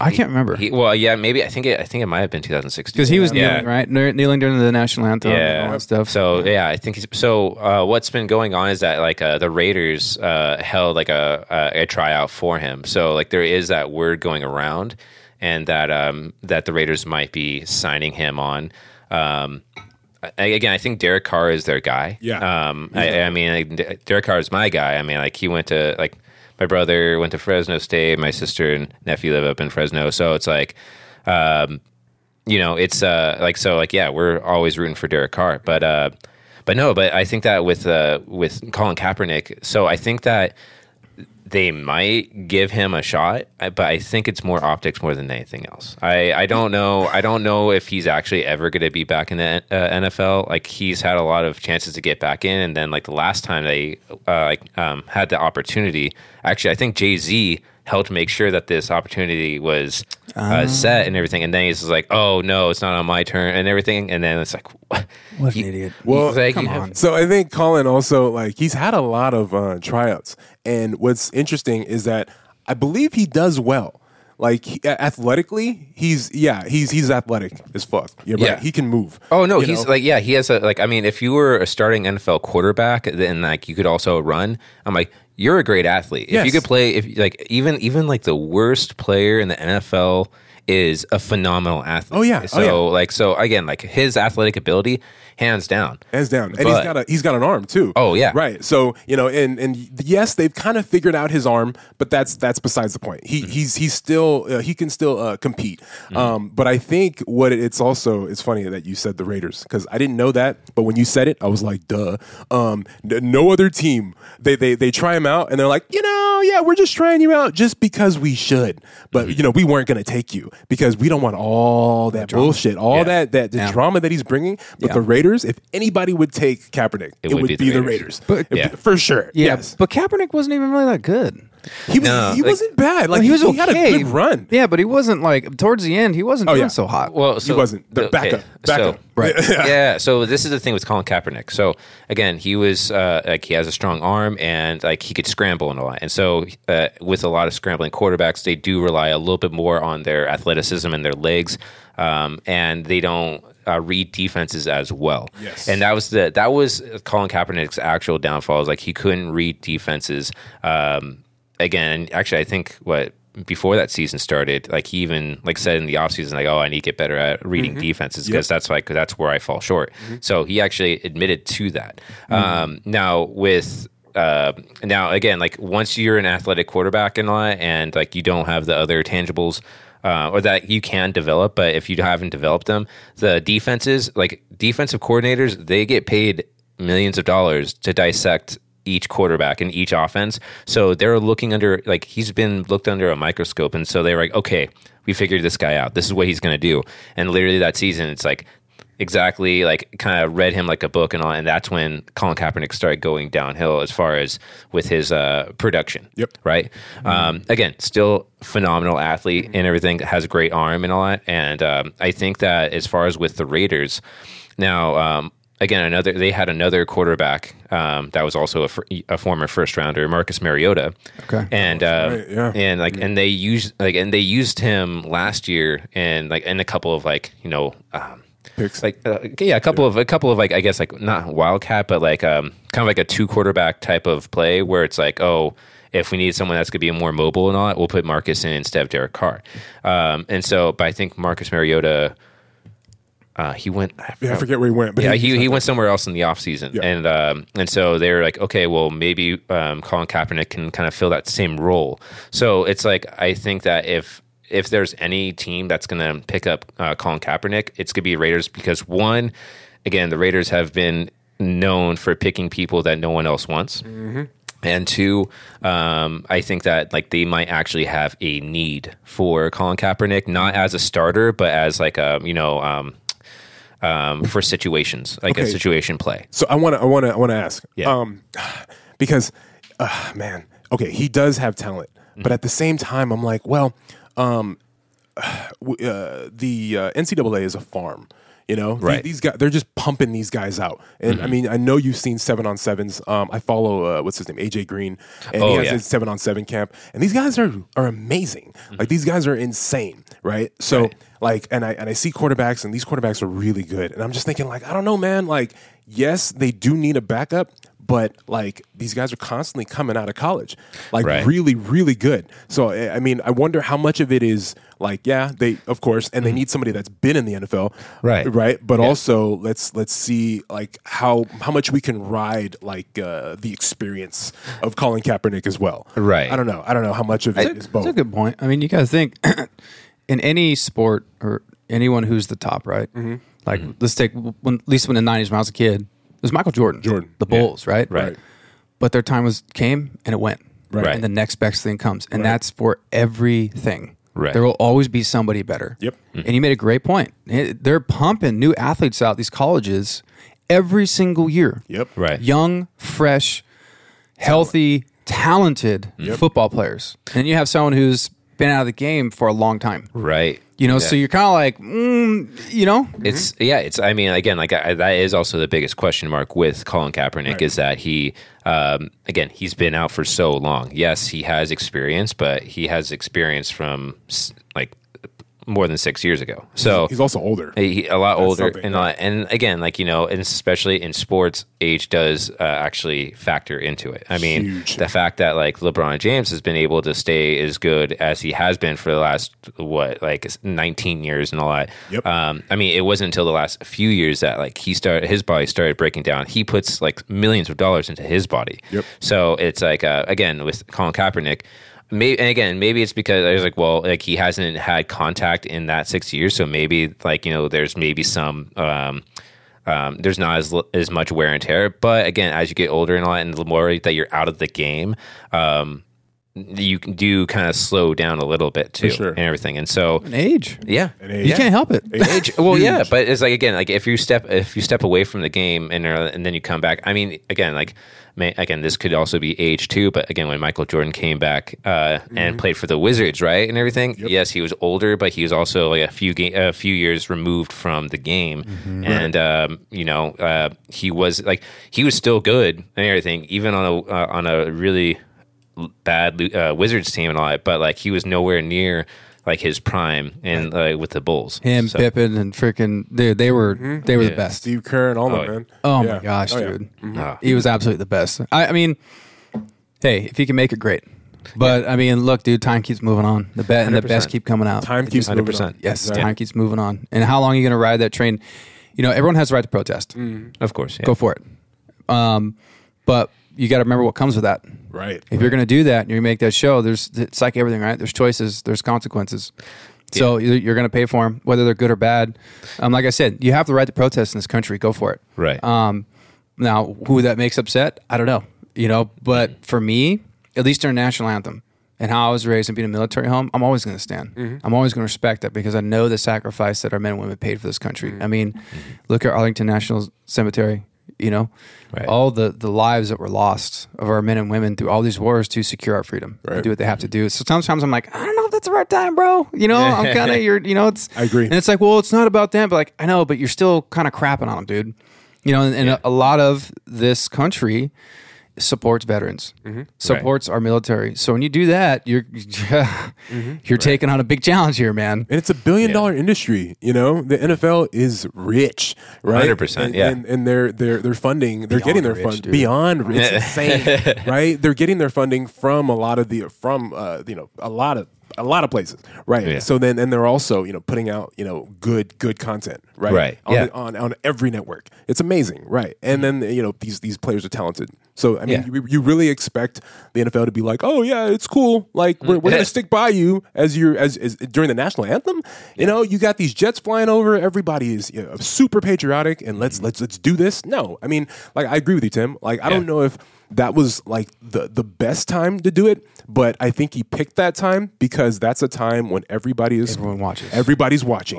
I can't remember He, well, yeah, maybe. I think it, I think it might have been 2016 because he was yeah. kneeling, right? Kne- Kneeling during the national anthem and all that stuff. So yeah, I think he's, so. Uh, what's been going on is that like uh, the Raiders uh, held like a, a a tryout for him. So like there is that word going around, and that um, that the Raiders might be signing him on. Um, I, again, I think Derek Carr is their guy. Yeah. Um, I, I mean, like, D- Derek Carr is my guy. I mean, like he went to like my brother went to Fresno State. My sister and nephew live up in Fresno, so it's like um, you know, it's uh like so like yeah, we're always rooting for Derek Carr, but uh, but no, but I think that with uh with Colin Kaepernick, so I think that they might give him a shot, I- but I think it's more optics more than anything else. I I don't know I don't know if he's actually ever going to be back in the uh, NFL. Like he's had a lot of chances to get back in, and then like the last time they uh, like um, had the opportunity, actually I think Jay Z helped make sure that this opportunity was uh, Ah. set and everything, and then he's just like, oh no, it's not on my turn and everything, and then it's like, what, what an idiot. Well, like, come you have- on. So I think Colin also like he's had a lot of uh, tryouts, and what's interesting is that I believe he does well. Like he- athletically, he's yeah, he's he's athletic as fuck. You're Yeah. right. He can move. Oh no, you he's know? like yeah, he has a like. I mean, if you were a starting NFL quarterback, then like you could also run. I'm like, you're a great athlete. If you Yes. could play, if like even even like the worst player in the NFL is a phenomenal athlete. Oh, yeah. Oh, So yeah. like so again like his athletic ability, hands down. Hands down, and But- he's got a he's got an arm too. Oh, yeah. right. So you know, and and yes, they've kind of figured out his arm, but that's that's besides the point. He he's he's still uh, he can still uh, compete. Um, but I think what it- it's also it's funny that you said the Raiders because I didn't know that, but when you said it, I was like, duh. Um, n- no other team they they they try him out and they're like, you know, yeah, we're just trying you out just because we should, but you know, we weren't gonna take you because we don't want Mm-hmm. all that bullshit, all that that the drama that he's bringing. But the Raiders, if anybody would take Kaepernick, it, would be, the Raiders, But- It- Yeah. for sure. Yeah, Yes, but Kaepernick wasn't even really that good. he was No, he like- wasn't bad. Like he was he okay. had a good run. Oh, Yeah, but he wasn't like towards the end. He wasn't doing yeah. so hot. Well, so, wasn't. They're backup. Backup. So, Right. yeah. So this is the thing with Colin Kaepernick. So again, he was uh, like he has a strong arm and like he could scramble and a lot. And so uh, with a lot of scrambling quarterbacks, they do rely a little bit more on their athleticism and their legs, um, and they don't. Uh, read defenses as well, Yes. and that was the that was Colin Kaepernick's actual downfall. Is like he couldn't read defenses. Um, again, actually, I think what before that season started, like he even like said in the offseason, like, oh, I need to get better at reading defenses because that's like that's where I fall short. So he actually admitted to that. Um, now with uh, now again, like once you're an athletic quarterback and all that, and like you don't have the other tangibles. Uh, or that you can develop, but if you haven't developed them, the defenses, like defensive coordinators, they get paid millions of dollars to dissect each quarterback and each offense. So they're looking under like he's been looked under a microscope and so they're like, okay, we figured this guy out. This is what he's gonna do. And literally that season it's like exactly like kind of read him like a book and all and that's when Colin Kaepernick started going downhill as far as with his uh production. Yep. Mm-hmm. Right. Um again, still phenomenal athlete and everything has a great arm and all that. And um I think that as far as with the Raiders, now, um, again, another they had another quarterback um, that was also a, fir- a former first rounder, Marcus Mariota. Okay. and uh, right, yeah. and like and they used like and they used him last year and like in a couple of like you know. Um, Picks. like uh, yeah, a couple of a couple of like I guess like not wildcat, but like um kind of like a two quarterback type of play where it's like oh If we need someone that's going to be more mobile and all that, we'll put Marcus in instead of Derek Carr. Um, and so, but I think Marcus Mariota, uh, he went. Yeah, I forget where he went, but Yeah, he, he, he went somewhere else in the offseason. Yeah. And um, and so they were like, okay, well, maybe um, Colin Kaepernick can kind of fill that same role. So it's like, I think that if if there's any team that's going to pick up uh, Colin Kaepernick, it's going to be Raiders because, one, again, the Raiders have been known for picking people that no one else wants. And two, um, I think that like they might actually have a need for Colin Kaepernick, not as a starter, but as like a you know um, um, for situations, like a Okay. situation play. So I want to, I want to, I want to ask, Yeah. um, because, uh, man, okay, he does have talent, but Mm-hmm. at the same time, I'm like, well, um, w- uh, the uh, NCAA is a farm. You know, The- Right. Mm-hmm. These guys, they're just pumping these guys out, and I mean, I know you've seen seven on sevens. Um, I follow uh, what's his name, AJ Green, and Oh, he has yeah. his seven on seven camp, and these guys are are amazing. Like these guys are insane, right? So like, and I and I see quarterbacks, and these quarterbacks are really good, and I'm just thinking like, I don't know, man. Like, yes, they do need a backup. But like these guys are constantly coming out of college, like Right. really, really good. So I I mean, I wonder how much of it is like, yeah, they of course, and they need somebody that's been in the NFL, Right. Right, but also let's let's see like how how much we can ride like uh, the experience of Colin Kaepernick as well. Right. I don't know. I don't know how much of it is both. That's a good point. I mean, you got to think in any sport or anyone who's the top, right? Mm-hmm. Like, let's take when, at least when the '90s when I was a kid, it was Michael Jordan, Jordan. the Bulls, right? Right. But their time was came and it went, Right. And the next best thing comes, and that's for everything. Right. There will always be somebody better. Yep. And you made a great point. It- They're pumping new athletes out these colleges every single year Yep. Right. young, fresh, healthy, talented football players. And you have someone who's been out of the game for a long time. Right. Mm-hmm. You know, so you're kind of like, mm, you know, It's yeah. It's I mean again like I, that is also the biggest question mark with Colin Kaepernick is that he um, again he's been out for so long. Yes, he has experience, but he has experience from s- like more than six years ago. So He's also older. He- he- a lot older something, and a lot, and again like you know and especially in sports age does uh, actually factor into it i mean Huge. the fact that like lebron james has been able to stay as good as he has been for the last what like 19 years and all that Yep. um, i mean it wasn't until the last few years that like he started his body started breaking down he puts like millions of dollars into his body Yep. so it's like uh, again with Colin Kaepernick, maybe and again maybe it's because I was like, well, like he hasn't had contact in that six years, so maybe like you know there's maybe some. Um, um, there's not as l- as much wear and tear, but again, as you get older and all, that, and the more that you're out of the game, um, you do kind of slow down a little bit too, sure. and everything. And so, an age. yeah, You can't help it. Age, well, yeah, but it's like again, like if you step if you step away from the game and uh, and then you come back. I mean, again, like ma- again, this could also be age too. But again, when Michael Jordan came back uh, and played for the Wizards, right, and everything, yes, he was older, but he was also like a few ga- a few years removed from the game, and um, you know, uh, he was like he was still good and everything, even on a uh, on a really bad uh, Wizards team and all that, but like he was nowhere near. Like his prime and uh, with the Bulls, Him, So- Pippen, and freaking dude, they were they were the best. Steve Kerr and all Oh, that yeah. man. Oh Yeah. my gosh, Oh, yeah. dude, Ah. he was absolutely the best. I, I mean, hey, if you can make it, great. But I mean, look, dude, time keeps moving on. The bet and the 100%. best keep coming out. Time keeps moving. 100%. on. Yes, time keeps moving on. And how long are you going to ride that train? You know, everyone has the right to protest. Of course, yeah. Go for it. Um, but you got to remember what comes with that. Right. If you're going to do that and you make that show, there's it's like everything, right? There's choices, there's consequences. So you- you're going to pay for them, whether they're good or bad. Um, like I said, you have the right to protest in this country. Go for it. Right. Um, now, who that makes upset, I don't know. You know, Mm-hmm. but for me, at least during national anthem and how I was raised and being a military home, I'm always going to stand. Mm-hmm. I'm always going to respect that because I know the sacrifice that our men and women paid for this country. Mm-hmm. I mean, look at Arlington National Cemetery. You know, Right. all the the lives that were lost of our men and women through all these wars to secure our freedom and Right. do what they have to do. So sometimes I'm like, I don't know if that's the right time, bro. You know, I'm kind of you're, you know, it's I agree. and it's like, well, it's not about them, but like I know, but you're still kind of crapping on them, dude. You know, and, and a, a lot of this country supports veterans, Mm-hmm. supports our military. So when you do that, you're Mm-hmm. you're taking on a big challenge here, man. And it's a billion dollar industry, you know. The NFL is rich, right? 100%, And- yeah. and, and they're they're they're funding, they're getting their rich, fund dude. beyond rich, it's insane, right? They're getting their funding from a lot of the from uh, you know a lot of a lot of places, right? Yeah. So then and they're also you know putting out you know good good content, right? Right, On, yeah. the- on on every network, it's amazing, right? And then you know these these players are talented, so I mean Yeah. you, you really expect the NFL to be like, oh yeah, it's cool, like we're, we're gonna stick by you as you as, as during the national anthem. You know, you got these jets flying over. Everybody is you know, super patriotic, and let's Mm-hmm. let's let's do this. No, I mean, like I agree with you, Tim. Like I don't know if that was like the the best time to do it, but I think he picked that time because that's a time when everybody is Everyone watches. Everybody's watching.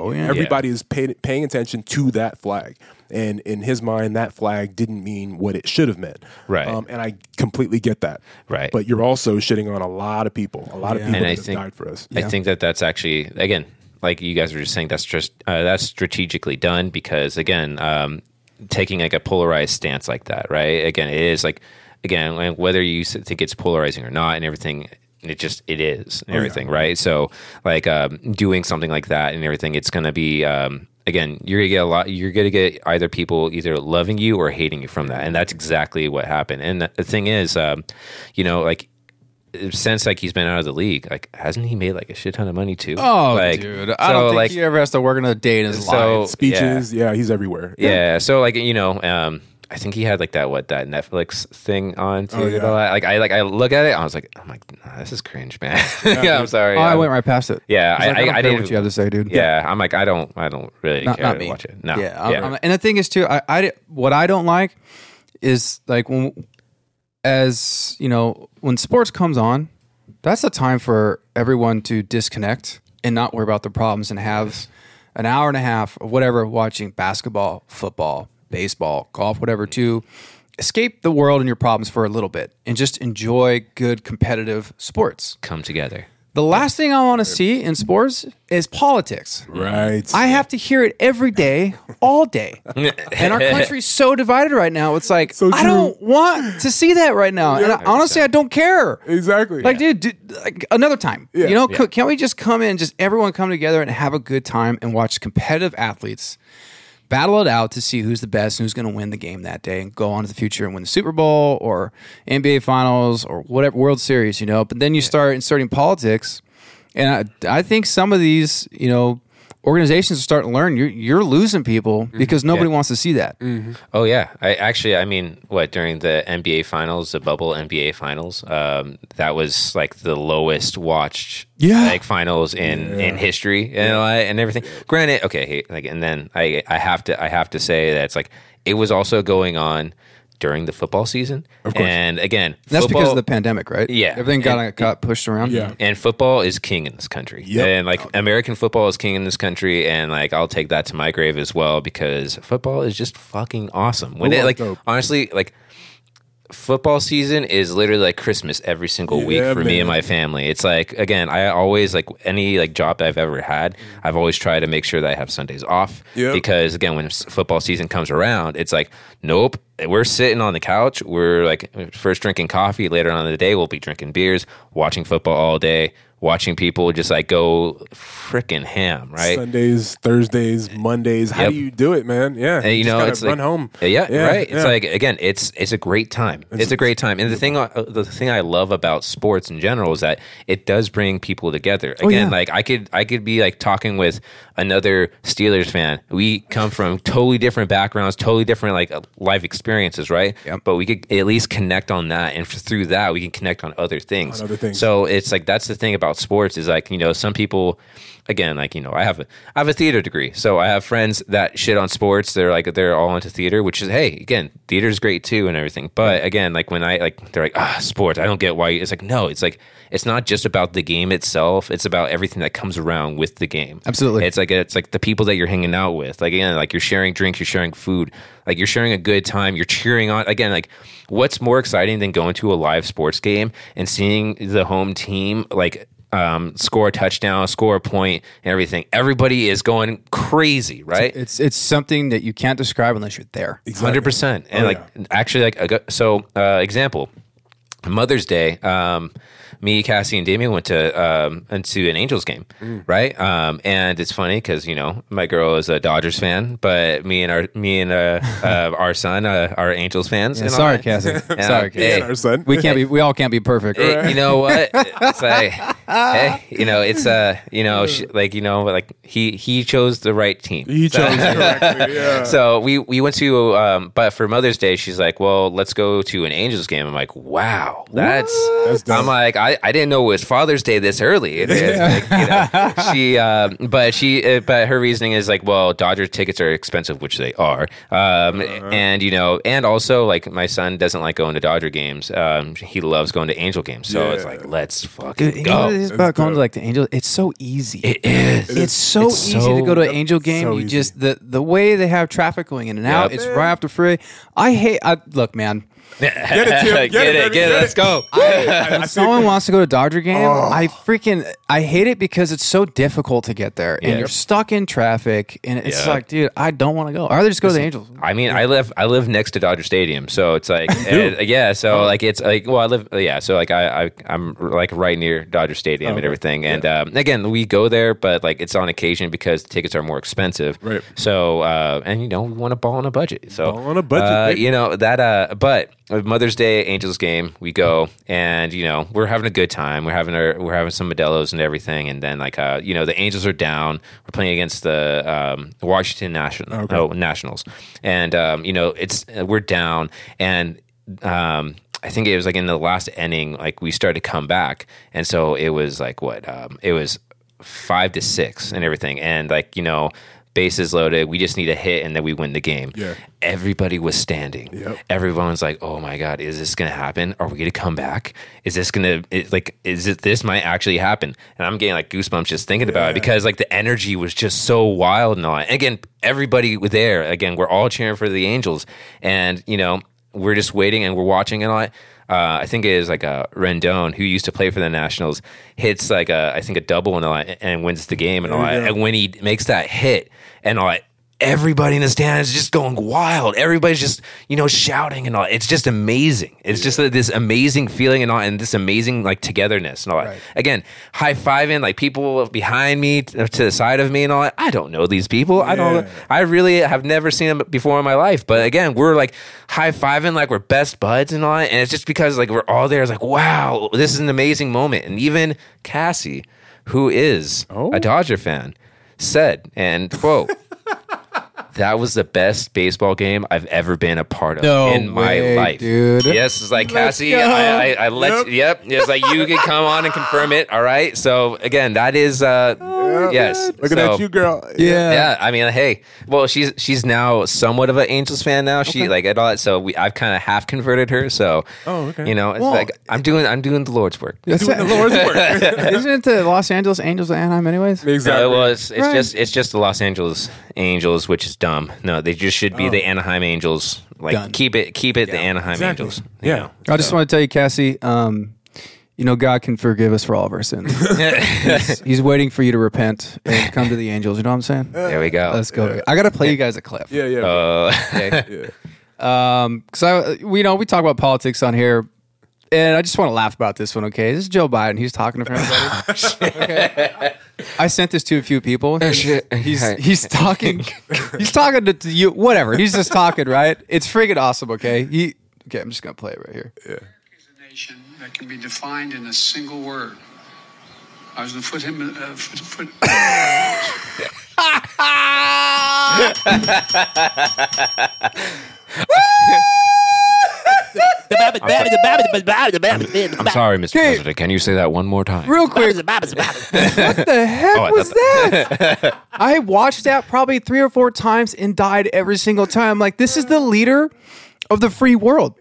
Oh, Everybody Yeah. is pay, paying attention to that flag. And in his mind, that flag didn't mean what it should have meant. Um, Right. and I completely get that. Right. But you're also shitting on a lot of people. A lot of people And I that have think- died for us. I think that that's actually again, like you guys were just saying, that's just uh, that's strategically done because again, um, taking like a polarized stance like that, right? Again, it is like again, like, whether you s- think it's polarizing or not, and everything. It just it is and everything, right? So like um, doing something like that and everything, it's gonna be um, again. You're gonna get a lot. You're gonna get either people either loving you or hating you from that, and that's exactly what happened. And the thing is, um, you know, like since like he's been out of the league, like hasn't he made like a shit ton of money too? Oh, like, dude, I don't so, think he ever has to work another day in his So- life. Speeches, yeah. he's everywhere. yeah. So like you know, um, I think he had like that what that Netflix thing on Oh, too. yeah. and all that. Like I like I look at it, I was like, I'm like, nah, this is cringe, man. yeah, I'm sorry. Oh, I Um, went right past it. Yeah, I, was like, I, don't I, I, care didn't. what you have to say, dude. yeah, I'm like, I don't, I don't really not, care not to me. watch it. No, Yeah. I'm- I'm- and the thing is too, I, I di- what I don't like is like when, as you know, when sports comes on, that's a time for everyone to disconnect and not worry about the problems and have an hour and a half or whatever watching basketball, football, baseball, golf, whatever to escape the world and your problems for a little bit and just enjoy good competitive sports. come together. The last thing I want to see in sports is politics. Right. I have to hear it every day, all day. and our country's so divided right now. It's like So I true. don't want to see that right now. And I, honestly, I don't care. exactly. Like, dude, dude, like another time. You know, c- can't we just come in, just everyone come together and have a good time and watch competitive athletes battle it out to see who's the best and who's going to win the game that day and go on to the future and win the Super Bowl or NBA Finals or whatever World Series, you know. But then you start inserting politics, and I, I think some of these, you know. Organizations are starting to learn you're, you're losing people Mm-hmm. because nobody wants to see that. Oh yeah, I actually, I mean, what during the NBA finals, the bubble NBA finals, um, that was like the lowest watched, Yeah. like finals in in history and all that and everything. Granted, okay, hey, like, and then I I have to I have to say that it's like it was also going on during the football season, of course. and again, That's because football- of the pandemic, right? Yeah. everything got got pushed around. Yeah. and football is king in this country. Yep. Oh, And like American football is king in this country. And like I'll take that to my grave as well because football is just fucking awesome. When it Football's like dope. honestly, like football season is literally like Christmas every single week Yeah, for me and man. my family. It's like again, I always like any like job I've ever had, I've always tried to make sure that I have Sundays off Yep. because again, when s- football season comes around, it's like nope, we're sitting on the couch, we're like first drinking coffee, later on in the day we'll be drinking beers, watching football all day, watching people just like go freaking ham, right? Sundays, Thursdays, Mondays. How Yep. do you do it, man? Yeah. And, you just know, gotta it's run like, home. Yeah, right. It's yeah. like again, it's it's a great time. It's, a great time. And the thing, uh, the thing I love about sports in general is that it does bring people together. Oh, Again, yeah. like I could I could be like talking with another Steelers fan. We come from totally different backgrounds, totally different like uh, life experiences, right? But we could at least connect on that, and through that we can connect on other things. On other things. So so it's like that's the thing about sports is like you know some people again like you know I have a I have a theater degree so I have friends that shit on sports they're like they're all into theater which is hey again theater's great too and everything but again like when I like they're like ah sports I don't get why you-" it's like no it's like it's not just about the game itself it's about everything that comes around with the game Absolutely. it's like it's like the people that you're hanging out with like again like you're sharing drinks you're sharing food like you're sharing a good time you're cheering on again like what's more exciting than going to a live sports game and seeing the home team like um, score a touchdown, score a point, and everything. Everybody is going crazy, right? It's it's something that you can't describe unless you're there. Hundred percent. And Oh, like actually, like I got- so uh, example, Mother's Day. Um, me, Cassie, and Damien went to um, into an Angels game, Mm. right? Um, and it's funny because you know my girl is a Dodgers fan, but me and our me and uh, uh, our son uh, are Angels fans. and all Sorry, that. Cassie. Yeah, Sorry, yeah. Cassie. and our son. We can't be. We all can't be perfect. Hey, you know what? It's like, hey, you know, it's uh, you know, sh like you know, like he he chose the right team. he chose correctly. Yeah. So we we went to, um, but for Mother's Day, she's like, well, let's go to an Angels game. I'm like, wow, that's. That's dope. I'm like, I, I didn't know it was Father's Day this early. It is, like, you know, she, um, but she, uh, but her reasoning is like, well, Dodger tickets are expensive, which they are, um, Uh-huh. and you know, and also like my son doesn't like going to Dodger games. Um, he loves going to Angel games, so it's Yeah. like, let's fucking Dude, you know go. what it is about That's going to dope. like the angel. It's so easy. It is. it's so It's easy so- to go to an angel game. so you easy. just the the way they have traffic going in and out. Yep. It's right after free. I hate. I, look, man. Get it, Tim. Get it, get it, baby, get it. get Let's it. go. If someone wants to go to Dodger game, I freaking I hate it because it's so difficult to get there, and Yeah. you're stuck in traffic, and it's Yeah. like, dude, I don't want to go. I'd rather just go to the Angels. I mean, I live I live next to Dodger Stadium, so it's like uh, yeah, so like it's like well, I live yeah, so like I, I I'm like right near Dodger Stadium Oh, and everything, and um, again we go there, but like it's on occasion because tickets are more expensive, Right. So uh, and you know we want to ball on a budget, so Ball on a budget, uh, baby. you know that. Uh, but Mother's Day Angels game, we go and you know we're having a good time. We're having our we're having some Modelo's and everything, and then like uh, you know the Angels are down. We're playing against the um, Washington National oh, Nationals, and um, you know it's we're down and. Um, I think it was like in the last inning, like we started to come back, and so it was like what um, it was five to six and everything, and like you know bases loaded, we just need a hit and then we win the game Yeah. everybody was standing. Everyone's like, "Oh my god, is this gonna happen? Are we gonna come back? Is this gonna it, like is it this might actually happen?" And I'm getting like goosebumps just thinking about it because like the energy was just so wild and all. that. And again, everybody was there. Again, we're all cheering for the Angels, and you know we're just waiting and we're watching and all. that. Uh, I think it is like a Rendon who used to play for the Nationals hits like a I think a double and all that, and wins the game and all. that. And when he makes that hit and all. that, everybody in the stands is just going wild. Everybody's just, you know, shouting and all. It's just amazing. It's just uh, this amazing feeling and all, and this amazing like togetherness and all. that. Again, high fiving like people behind me t- to the side of me and all. that. I don't know these people. I don't. Yeah. I really have never seen them before in my life. But again, we're like high fiving like we're best buds and all. that. And it's just because like we're all there. It's like wow, this is an amazing moment. And even Cassie, who is a Dodger fan, said and quote. That was the best baseball game I've ever been a part of No in my way, life, dude. Yes, it's like Cassie. go. I, I, I let yep. It's like you can come on and confirm it. All right. So again, that is uh, yes. Look at So- that, you girl. yeah, I mean, hey, well, she's she's now somewhat of an Angels fan now. She like at all, that, so we I've kind of half converted her. So, Oh, okay. you know, it's Well- like I'm doing I'm doing the Lord's work. That's Doing the Lord's work. it. Isn't it the Los Angeles Angels of Anaheim, anyways? exactly. No, well, it's, it's Right. just it's just the Los Angeles Angels, which is dumb. No, they just should Oh. be the Anaheim Angels. Like Done. keep it keep it the Anaheim Exactly. Angels. you Yeah. know. I just want to tell you, Cassie. Um, you know, God can forgive us for all of our sins. he's, he's waiting for you to repent and come to the angels. You know what I'm saying? There we go. Let's go. I gotta play you guys a clip. Yeah, yeah. Uh, Um, because I, we you know, we talk about politics on here, and I just want to laugh about this one. Okay, this is Joe Biden. He's talking to Oh, everybody. okay. I sent this to a few people. shit. He's Alright. he's talking. he's talking to, to you. Whatever. He's just talking. Right. It's freaking awesome. Okay. He. Okay. I'm just gonna play it right here. is a nation that can be defined in a single word. I was going to put him. in- Uh, foot, foot. I'm sorry, Mr. President. Can you say that one more time? Real quick. the heck I was thought Oh, that? I watched that probably three or four times and died every single time. Like this is the leader of the free world,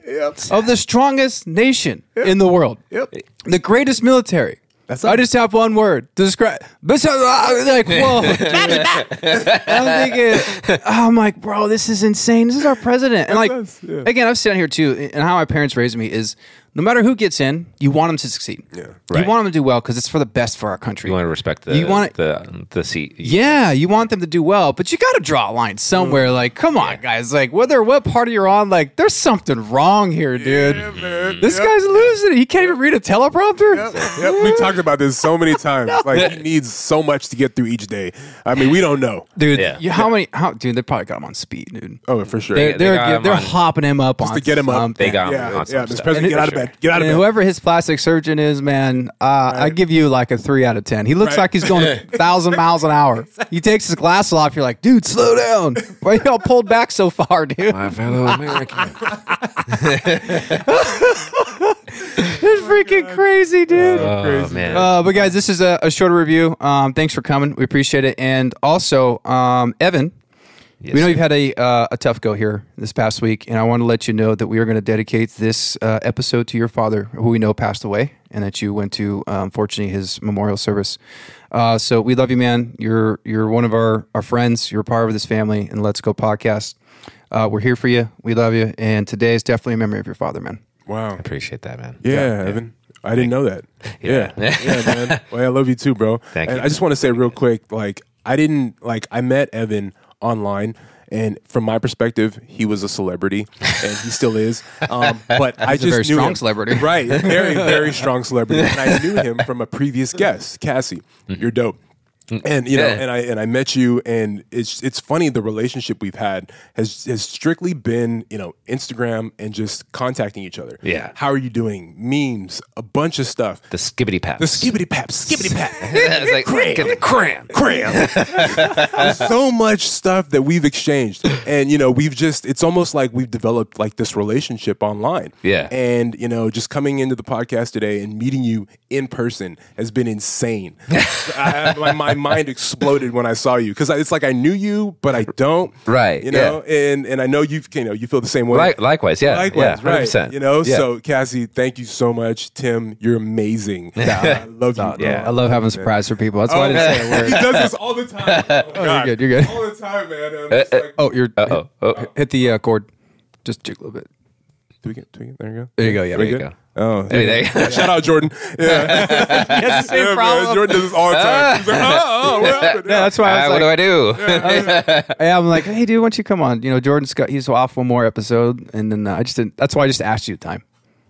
of the strongest nation in the world, Yep. the greatest military. That's I it. just have one word to describe. Like, whoa. I'm thinking, I'm like, bro, this is insane. This is our president. And like, That's us, yeah. again, I've sat here too, and how my parents raised me is no matter who gets in, you want them to succeed. Yeah, Right. You want them to do well because it's for the best for our country. You want to respect the You wanna- the the seat. yeah, you want them to do well, but you got to draw a line Mm. somewhere. Like, come on, guys! Like, whether what party you're on, like, there's something wrong here, dude. Mm-hmm. This guy's losing it. He can't even read a teleprompter. Yep, we talked about this so many times. Like he needs so much to get through each day. I mean, we don't know. Dude, Yeah. you- how many? How, dude, they probably got him on speed, dude. Oh, for sure. They, they they're got they're, him on- hopping him up on to get him up. something. They got him yeah, on some yeah. Mr. stuff, President, for get out of sure. bed. Get out of And bed. whoever his plastic surgeon is, man, uh, I give you like a three out of ten. He looks like he's going a thousand miles an hour. He takes his glasses off. You're like, dude, slow down. Why y'all pulled back so far, dude? My fellow American. It's freaking crazy, dude. oh man. Uh, but guys, this is a, a shorter review. Um, thanks for coming. We appreciate it. And also, um, Evan, we know you've had a uh, a tough go here this past week, and I want to let you know that we are going to dedicate this uh, episode to your father, who we know passed away, and that you went to uh, unfortunately his memorial service. Uh, so we love you, man. You're you're one of our our friends. You're a part of this family, and Let's Go podcast. Uh, we're here for you. We love you, and today is definitely a memory of your father, man. wow. Appreciate that, man. Yeah, Evan. I didn't know that. Yeah. Yeah. Yeah, man. Well, I love you too, bro. Thank and you. I just want to say real quick, like I didn't like I met Evan online and from my perspective, he was a celebrity and he still is. Um, but I just very knew strong him. celebrity. Right. Very, very strong celebrity. And I knew him from a previous guest, Cassie. You're dope. And you know, Yeah. and I and I met you, and it's it's funny the relationship we've had has has strictly been you know Instagram and just contacting each other. Yeah. How are you doing? Memes, a bunch of stuff. The skibbity pap. The skibbity pap, skibbity pap, it's like get the cram. cram. There's so much stuff that we've exchanged. And, you know, we've just, it's almost like we've developed like this relationship online. Yeah. And, you know, just coming into the podcast today and meeting you in person has been insane. I, I- my, my mind exploded when I saw you because it's like I knew you, but I don't. Right, You know, and, and I know you've, you know, you feel the same way. Like, likewise, yeah. Likewise, yeah, right? 100%. You know, Yeah. so Cassie, thank you so much. Tim, you're amazing. I love you. bro. Oh, yeah. I love having surprise for people. That's why I didn't say a word. He does this all the time. Oh, God. good, you're good. All the time, man. And I'm just like, Oh, you're Uh-oh. Oh, hit, hit the uh, cord. Just jiggle a bit. do we get, do we get, there you go. There you go. Yeah, there you good. go. Oh, Hey, there you go. shout out Jordan. Yeah, That's the Yeah, man, Jordan does this all the time. He's like, oh, oh, what happened? Yeah, that's why Ah, I was what like, do I do? yeah, I'm like, hey, dude, why don't you come on? You know, Jordan's got he's off one more episode, and then uh, I just didn't. That's why I just asked you the time.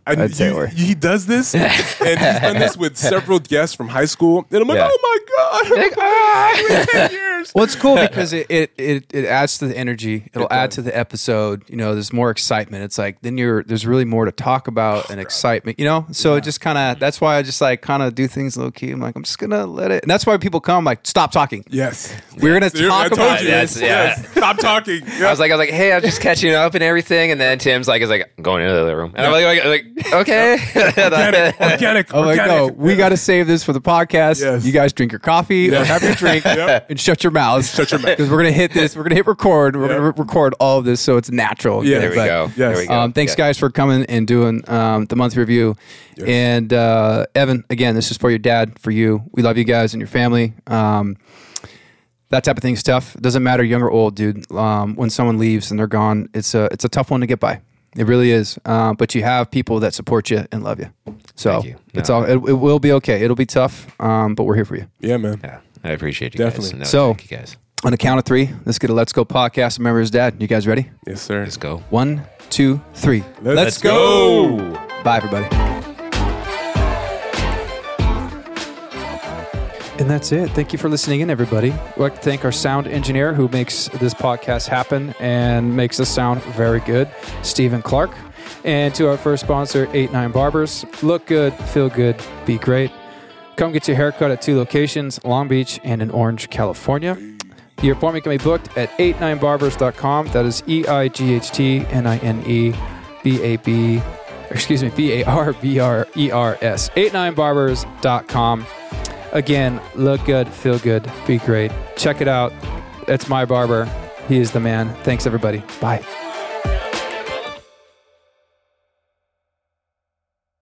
And I'd say you- we're- he does this, and he's done this with several guests from high school. And I'm like, Yeah. oh my god, It's been ten years. Well, it's cool because it it, it, it adds to the energy. It'll add to the episode. You know, there's more excitement. It's like then you're there's really more to talk about and excitement. You know, so it just kind of that's why I just like kind of do things low key. I'm like, I'm just gonna let it, and that's why people come like, stop talking. Yes, We're gonna Dude, talk I told about you. this. Yes, yeah. Yes. Stop talking. I was like, I was like, hey, I'm just catching up and everything, and then Tim's like, is like "I'm going into the other room, and I'm like, like, like, okay, organic, organic. I'm Oh, like, organic. no, we got to save this for the podcast. Yes. You guys drink your coffee or have your drink Yep. and shut your mouths. Shut your mouth. Because we're going to hit this. We're going to hit record. We're going to re- record all of this so it's natural. Yeah. there we But, go, Yes. there we go. Um, thanks, Yeah. guys, for coming and doing um, the monthly review. And uh, Evan, again, this is for your dad, for you. We love you guys and your family. Um, that type of thing is tough. It doesn't matter young or old, dude. Um, when someone leaves and they're gone, it's a it's a tough one to get by. It really is. Um, but you have people that support you and love you. So Thank you. it's No. all it, it will be okay. It'll be tough, um, but we're here for you. Yeah, man. Yeah, I appreciate you Definitely. guys. No, So- thank you guys, On a count of three, let's get a Let's Go podcast. Remember his dad. You guys ready? Yes, sir. let's go. One, two, three. Let's go. Bye, everybody. And that's it. Thank you for listening in, everybody. I'd like to thank our sound engineer who makes this podcast happen and makes us sound very good, Stephen Clark. And to our first sponsor, 89 Barbers. Look good, feel good, be great. Come get your haircut at two locations, Long Beach and in Orange, California. Your appointment can be booked at 89barbers.com. That is E I G H T N I N E B A B, excuse me, B A R B R E R S. 89barbers.com. Again, look good, feel good, be great. Check it out. It's my barber. He is the man. Thanks, everybody. Bye.